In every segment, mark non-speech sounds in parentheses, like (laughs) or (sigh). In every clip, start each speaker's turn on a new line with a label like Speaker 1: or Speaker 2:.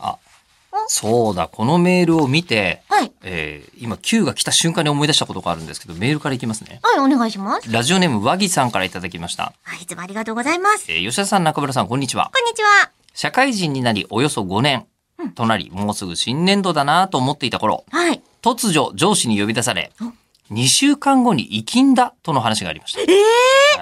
Speaker 1: あ、そうだ、このメールを見て、
Speaker 2: はい。
Speaker 1: えー今 Q が来た瞬間に思い出したことがあるんですけど、メールからいきますね。
Speaker 2: はい、お願いします。
Speaker 1: ラジオネーム和木さんからいただきました。
Speaker 2: はい、いつもありがとうございます。
Speaker 1: えー吉田さん、中村さん、こんにちは。
Speaker 2: こんにちは。
Speaker 1: 社会人になりおよそ5年となり、もうすぐ新年度だなと思っていた頃、
Speaker 2: はい。
Speaker 1: 突如上司に呼び出され
Speaker 2: お、
Speaker 1: 2週間後に生きんだとの話がありました。は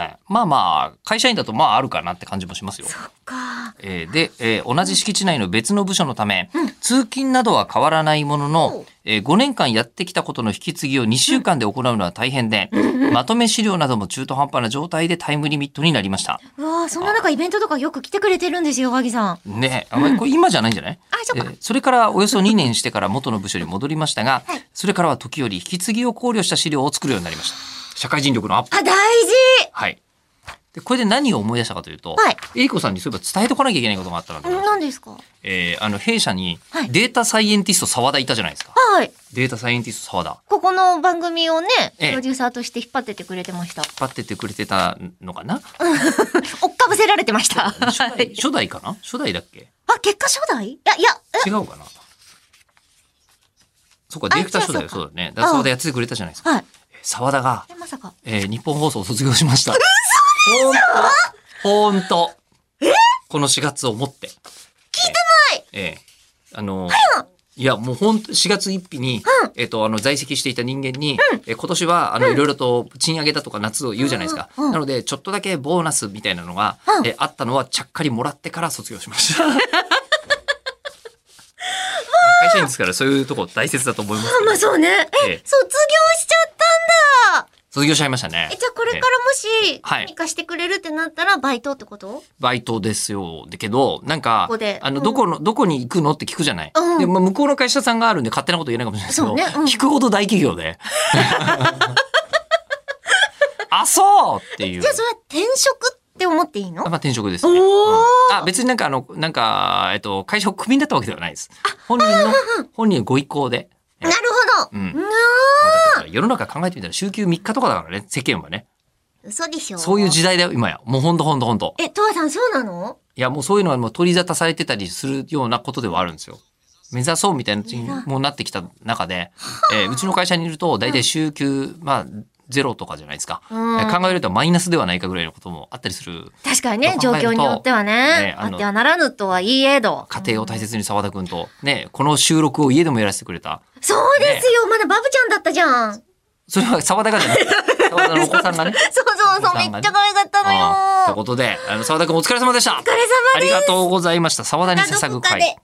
Speaker 1: いまあまあ、会社員だとまああるかなって感じもしますよ。
Speaker 2: そっか。
Speaker 1: えーで、えー同じ敷地内の別の部署のため、通勤などは変わらないもの
Speaker 2: お
Speaker 1: の
Speaker 2: う、
Speaker 1: えー5年間やってきたことの引き継ぎを2週間で行うのは大変で、まとめ資料なども中途半端な状態でタイムリミットになりました。
Speaker 2: うわあ、そんな中イベントとかよく来てくれてるんですよ、和木さん。
Speaker 1: ねあまりこれ今じゃないんじゃない、
Speaker 2: あそっか
Speaker 1: えーそれからおよそ2年してから元の部署に戻りましたが、それからは時折引き継ぎを考慮した資料を作るようになりました。社会人力のアップ。
Speaker 2: あ、大事
Speaker 1: はい。で、これで何を思い出したかというと、
Speaker 2: はい
Speaker 1: えりこさんにそういえば伝えとかなきゃいけないことがあったなと思いました
Speaker 2: 何ですか
Speaker 1: えーあの弊社に
Speaker 2: はい
Speaker 1: データサイエンティスト沢田いたじゃないですか。
Speaker 2: はい。
Speaker 1: データサイエンティスト沢田。
Speaker 2: ここの番組をね、プ
Speaker 1: ええ
Speaker 2: ロデューサーとして引っ張ってってくれてました。
Speaker 1: 引っ張ってってくれてたのかな
Speaker 2: 追っかぶせられてました。
Speaker 1: 初
Speaker 2: は
Speaker 1: 代
Speaker 2: い。
Speaker 1: 初代かな初代だっけ
Speaker 2: あ、結果初代いや、いや、
Speaker 1: 違うかなそっか、
Speaker 2: あ
Speaker 1: ディレクター初代よ
Speaker 2: そ
Speaker 1: そううだね。だから沢田やっててくれたじゃないです
Speaker 2: え
Speaker 1: か。
Speaker 2: はい。
Speaker 1: えー沢田が、
Speaker 2: え、まさか。
Speaker 1: えー日本放送を卒業しました。嘘でしほんと。ほんと。この4月をもって。聞いてないええあのーいや、もうほんと、4月1日に、
Speaker 2: うん
Speaker 1: えっと、あの、在籍していた人間に、え今年は、あの、いろいろと賃上げだとか夏を言うじゃないですか。
Speaker 2: うんうん
Speaker 1: なので、ちょっとだけボーナスみたいなのが、
Speaker 2: うん
Speaker 1: えあったのは、ちゃっかりもらってから卒業しま
Speaker 2: (laughs)
Speaker 1: した。会社員ですから、そういうとこ大切だと思いますけ
Speaker 2: あ、
Speaker 1: ど。
Speaker 2: まあそうね。え、
Speaker 1: ええ
Speaker 2: 卒業しちゃったんだ
Speaker 1: 卒業しちゃいましたね。
Speaker 2: え、じゃあこれから
Speaker 1: ええ
Speaker 2: もし、
Speaker 1: はい
Speaker 2: 何かしてくれるってなったら、バイトってこと
Speaker 1: バイトですよ。だけど、なんか
Speaker 2: ここで、
Speaker 1: あの、
Speaker 2: うん
Speaker 1: どこの、どこに行くのって聞くじゃない。
Speaker 2: うん
Speaker 1: で、まあ、向こうの会社さんがあるんで勝手なこと言えないかもしれないですけど、
Speaker 2: そうねうん
Speaker 1: 聞くほど大企業
Speaker 2: (laughs)
Speaker 1: で。あ、そうっていう
Speaker 2: じゃ。あそれは転職って思っていいの
Speaker 1: あまあ、転職ですね。
Speaker 2: おー
Speaker 1: うんあ、別になんかあの、なんか、えっと、会社をクビになったわけではないです。本人の、本人のご意向で。
Speaker 2: なるほど。
Speaker 1: うん
Speaker 2: な
Speaker 1: まあだってほら世の中考えてみたら週休3日とかだからね、世間はね。
Speaker 2: 嘘でしょ。
Speaker 1: そういう時代だよ、今や。もうほんとほんとほんと。
Speaker 2: え、とわさんそうなの
Speaker 1: いや、もうそういうのはもう取り沙汰されてたりするようなことではあるんですよ。目指そうみたいなうちに
Speaker 2: 目指
Speaker 1: もうなってきた中で、えーうちの会社にいると大体週休、まあ、ゼロとかじゃないですか。え
Speaker 2: うん
Speaker 1: ー考えるとマイナスではないかぐらいのこともあったりする。
Speaker 2: 確かにね、
Speaker 1: と
Speaker 2: 状
Speaker 1: 考えると
Speaker 2: 況によってはね
Speaker 1: ね、
Speaker 2: あ
Speaker 1: あの
Speaker 2: ってはならぬとはいえど。
Speaker 1: 家庭を大切に沢田くんと、ね、この収録を家でもやらせてくれた。
Speaker 2: そうですよ、まだバブちゃんだったじゃん。
Speaker 1: そ
Speaker 2: そう
Speaker 1: れは沢田がじゃない。 (laughs) 沢田 (laughs) のお子さんがね。
Speaker 2: そうそう、
Speaker 1: お子さんがね
Speaker 2: めっちゃ可愛かったの
Speaker 1: ああという
Speaker 2: よ。
Speaker 1: ことで、あの、沢田くんお疲れ様でした。
Speaker 2: お疲れ様
Speaker 1: ありがとうございました。沢田に
Speaker 2: です。
Speaker 1: 捧
Speaker 2: ど
Speaker 1: ぐ
Speaker 2: こか
Speaker 1: 会
Speaker 2: で。